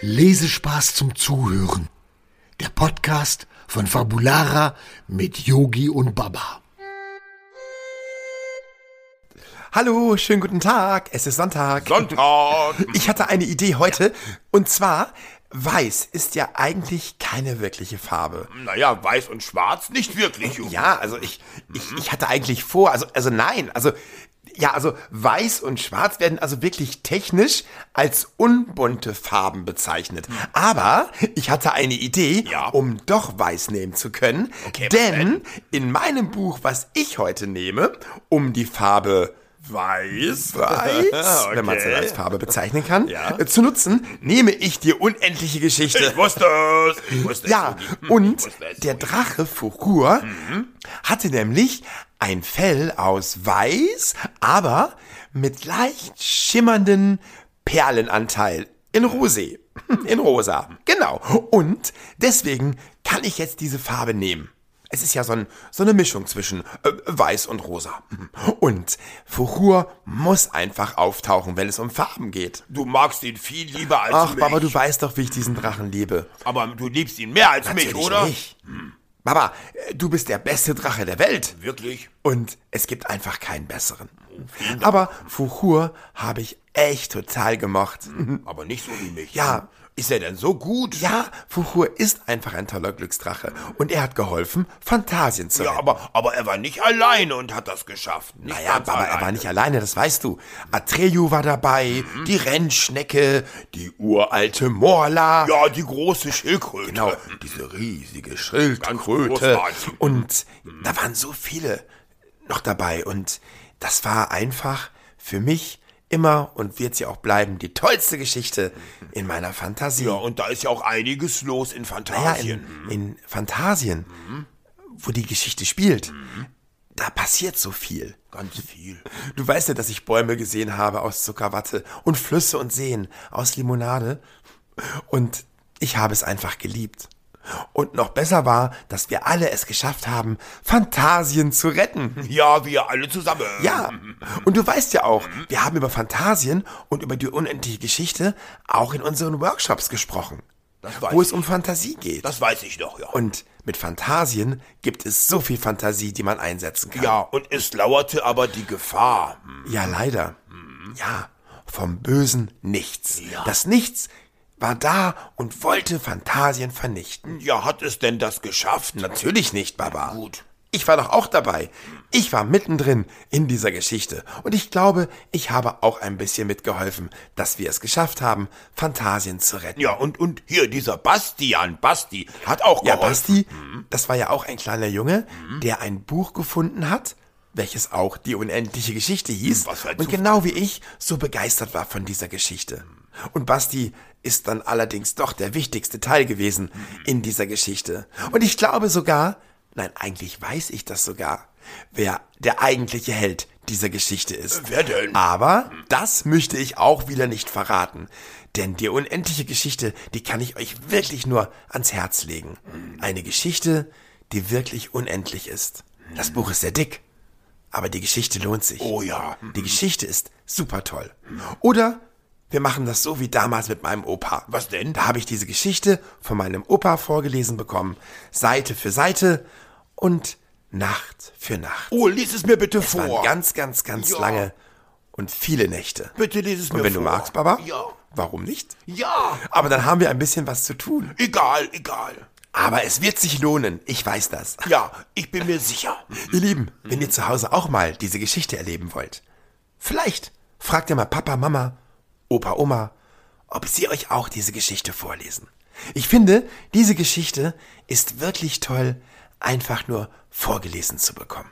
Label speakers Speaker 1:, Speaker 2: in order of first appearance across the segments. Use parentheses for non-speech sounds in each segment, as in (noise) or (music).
Speaker 1: Lesespaß zum Zuhören. Der Podcast von Fabulara mit Yogi und Baba.
Speaker 2: Hallo, schönen guten Tag. Es ist Sonntag.
Speaker 3: Sonntag.
Speaker 2: Ich hatte eine Idee heute. Und zwar, weiß ist ja eigentlich keine wirkliche Farbe.
Speaker 3: Naja, weiß und schwarz nicht wirklich. Junge.
Speaker 2: Ja, also ich,
Speaker 3: Mhm.
Speaker 2: ich, ich hatte eigentlich vor, also, also nein, also, ja, also weiß und schwarz werden also wirklich technisch als unbunte Farben bezeichnet. Aber ich hatte eine Idee,
Speaker 3: Mhm. Ja.
Speaker 2: um doch weiß nehmen zu können.
Speaker 3: Okay, was
Speaker 2: denn in meinem Buch, was ich heute nehme, um die Farbe (laughs)
Speaker 3: Weiß?
Speaker 2: Weiß,
Speaker 3: Okay.
Speaker 2: wenn man es denn als Farbe bezeichnen kann,
Speaker 3: Ja.
Speaker 2: äh, zu nutzen, nehme ich die unendliche Geschichte.
Speaker 3: Ich wusste es. Ich wusste
Speaker 2: Ja,
Speaker 3: es. Yogi. Hm, Ich
Speaker 2: und
Speaker 3: wusste es,
Speaker 2: der
Speaker 3: Yogi.
Speaker 2: Drache Furur hatte nämlich ein Fell aus Weiß, aber mit leicht schimmernden Perlenanteil in Rosé, Hm, in Rosa, genau. Und deswegen kann ich jetzt diese Farbe nehmen. Es ist ja so, ein, so eine Mischung zwischen äh, Weiß und Rosa. Hm. Und Furur muss einfach auftauchen, wenn es um Farben geht.
Speaker 3: Du magst ihn viel lieber als
Speaker 2: Ach,
Speaker 3: mich.
Speaker 2: Baba, du weißt doch, wie ich diesen Drachen liebe.
Speaker 3: Aber du liebst ihn mehr als mich,
Speaker 2: Natürlich
Speaker 3: oder?
Speaker 2: Nicht. Baba, äh, du bist der beste Drache der Welt.
Speaker 3: Wirklich? Oh,
Speaker 2: Und es gibt einfach keinen besseren. Aber Fuchur habe ich echt total gemocht.
Speaker 3: Aber nicht so wie mich.
Speaker 2: Hm. Ja.
Speaker 3: Mhm. Ist er denn so gut?
Speaker 2: Ja, Fuchur ist einfach ein toller Glücksdrache. Und er hat geholfen, Phantasien zu
Speaker 3: Ja,
Speaker 2: retten.
Speaker 3: aber, aber er war nicht alleine und hat das geschafft. Nicht
Speaker 2: Naja,
Speaker 3: ganz
Speaker 2: Baba, er
Speaker 3: alleine.
Speaker 2: war nicht alleine, das weißt du. Atreyu war dabei,
Speaker 3: Mhm.
Speaker 2: die Rennschnecke, die uralte Morla.
Speaker 3: Ja, die große Schildkröte.
Speaker 2: Genau, diese riesige
Speaker 3: Äh, Ganz Mhm.
Speaker 2: Schildkröte.
Speaker 3: großartig.
Speaker 2: Und da waren so viele noch dabei. Und das war einfach für mich immer und wird sie auch bleiben, die tollste Geschichte in meiner Fantasie.
Speaker 3: Ja, und da ist ja auch einiges los in
Speaker 2: Ja,
Speaker 3: Fantasien. Mhm.
Speaker 2: in, in Fantasien, wo die Geschichte spielt, da passiert so viel.
Speaker 3: Mhm. Ganz viel.
Speaker 2: Du weißt ja, dass ich Bäume gesehen habe aus Zuckerwatte und Flüsse und Seen aus Limonade. Und ich habe es einfach geliebt. Und noch besser war, dass wir alle es geschafft haben, Fantasien zu
Speaker 3: (laughs)
Speaker 2: retten.
Speaker 3: Ja, wir alle zusammen.
Speaker 2: Ja, und du weißt ja auch,
Speaker 3: Mhm.
Speaker 2: wir haben über Fantasien und über die unendliche Geschichte auch in unseren Workshops gesprochen,
Speaker 3: Das weiß
Speaker 2: wo es
Speaker 3: ich.
Speaker 2: um Fantasie geht.
Speaker 3: Das weiß ich noch, ja.
Speaker 2: Und mit Fantasien gibt es so viel Fantasie, die man einsetzen kann.
Speaker 3: Ja, und es lauerte aber die Gefahr. Hm.
Speaker 2: Ja, leider. Ja, vom Bösen nichts.
Speaker 3: Ja.
Speaker 2: Das Nichts war da und wollte Fantasien vernichten.
Speaker 3: Ja, hat es denn das geschafft?
Speaker 2: Natürlich nicht, Baba.
Speaker 3: Gut.
Speaker 2: Ich war doch auch dabei. Ich war mittendrin in dieser Geschichte. Und ich glaube, ich habe auch ein bisschen mitgeholfen, dass wir es geschafft haben, Fantasien zu retten.
Speaker 3: Ja, und, und hier dieser Bastian, Basti, hat auch
Speaker 2: Ja,
Speaker 3: geholfen. Mhm.
Speaker 2: Basti, das war ja auch ein kleiner Junge, der ein Buch gefunden hat, welches auch die unendliche Geschichte hieß.
Speaker 3: Mhm, Was halt für ein
Speaker 2: und
Speaker 3: Zufall.
Speaker 2: genau wie ich so begeistert war von dieser Geschichte. Und Basti ist dann allerdings doch der wichtigste Teil gewesen in dieser Geschichte. Und ich glaube sogar, nein, eigentlich weiß ich das sogar, wer der eigentliche Held dieser Geschichte ist.
Speaker 3: Äh, Wer denn?
Speaker 2: Aber das möchte ich auch wieder nicht verraten. Denn die unendliche Geschichte, die kann ich euch wirklich nur ans Herz legen. Eine Geschichte, die wirklich unendlich ist. Das Buch ist sehr dick, aber die Geschichte lohnt sich.
Speaker 3: Oh ja.
Speaker 2: Die Geschichte ist super toll. Oder wir machen das so wie damals mit meinem Opa.
Speaker 3: Was denn?
Speaker 2: Da habe ich diese Geschichte von meinem Opa vorgelesen bekommen. Seite für Seite und Nacht für Nacht.
Speaker 3: Oh, lies es mir bitte
Speaker 2: Es waren
Speaker 3: vor.
Speaker 2: ganz, ganz, ganz
Speaker 3: Ja.
Speaker 2: lange und viele Nächte.
Speaker 3: bitte lies es mir
Speaker 2: Und wenn du
Speaker 3: vor.
Speaker 2: magst, Baba?
Speaker 3: Ja.
Speaker 2: Warum nicht?
Speaker 3: Ja.
Speaker 2: Aber dann haben wir ein bisschen was zu tun.
Speaker 3: Egal, egal.
Speaker 2: Aber es wird sich lohnen, ich weiß das.
Speaker 3: Ja, ich bin mir sicher.
Speaker 2: Ihr Lieben, wenn ihr zu Hause auch mal diese Geschichte erleben wollt, vielleicht fragt ihr mal Papa, Mama, Opa, Oma, ob sie euch auch diese Geschichte vorlesen. Ich finde, diese Geschichte ist wirklich toll, einfach nur vorgelesen zu bekommen.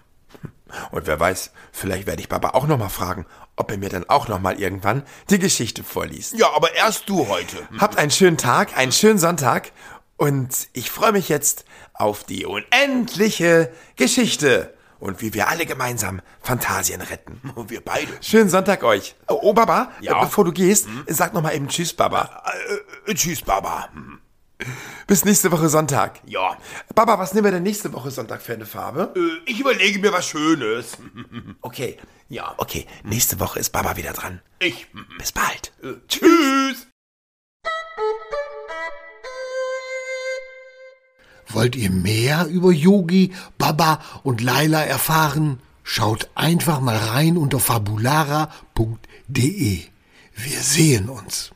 Speaker 2: Und wer weiß, vielleicht werde ich Papa auch nochmal fragen, ob er mir dann auch nochmal irgendwann die Geschichte vorliest.
Speaker 3: Ja, aber erst du heute. Hm,
Speaker 2: Habt einen schönen Tag, einen schönen Sonntag und ich freue mich jetzt auf die unendliche Geschichte und wie wir alle gemeinsam Fantasien retten. (laughs)
Speaker 3: Und wir beide.
Speaker 2: Schönen Sonntag euch. Oh, oh Baba,
Speaker 3: Ja?
Speaker 2: äh, bevor du gehst, sag noch mal eben Tschüss, Baba.
Speaker 3: Äh, tschüss, Baba. Hm.
Speaker 2: Bis nächste Woche Sonntag.
Speaker 3: Ja.
Speaker 2: Baba, was nehmen wir denn nächste Woche Sonntag für eine Farbe?
Speaker 3: Äh, Ich überlege mir was Schönes. Hm,
Speaker 2: Okay,
Speaker 3: Ja. hm,
Speaker 2: okay, Hm. nächste Woche ist Baba wieder dran.
Speaker 3: Ich.
Speaker 2: Bis bald.
Speaker 3: Äh, Tschüss.
Speaker 1: Wollt ihr mehr über Yogi, Baba und Laila erfahren? Schaut einfach mal rein unter fabulara.de. Wir sehen uns.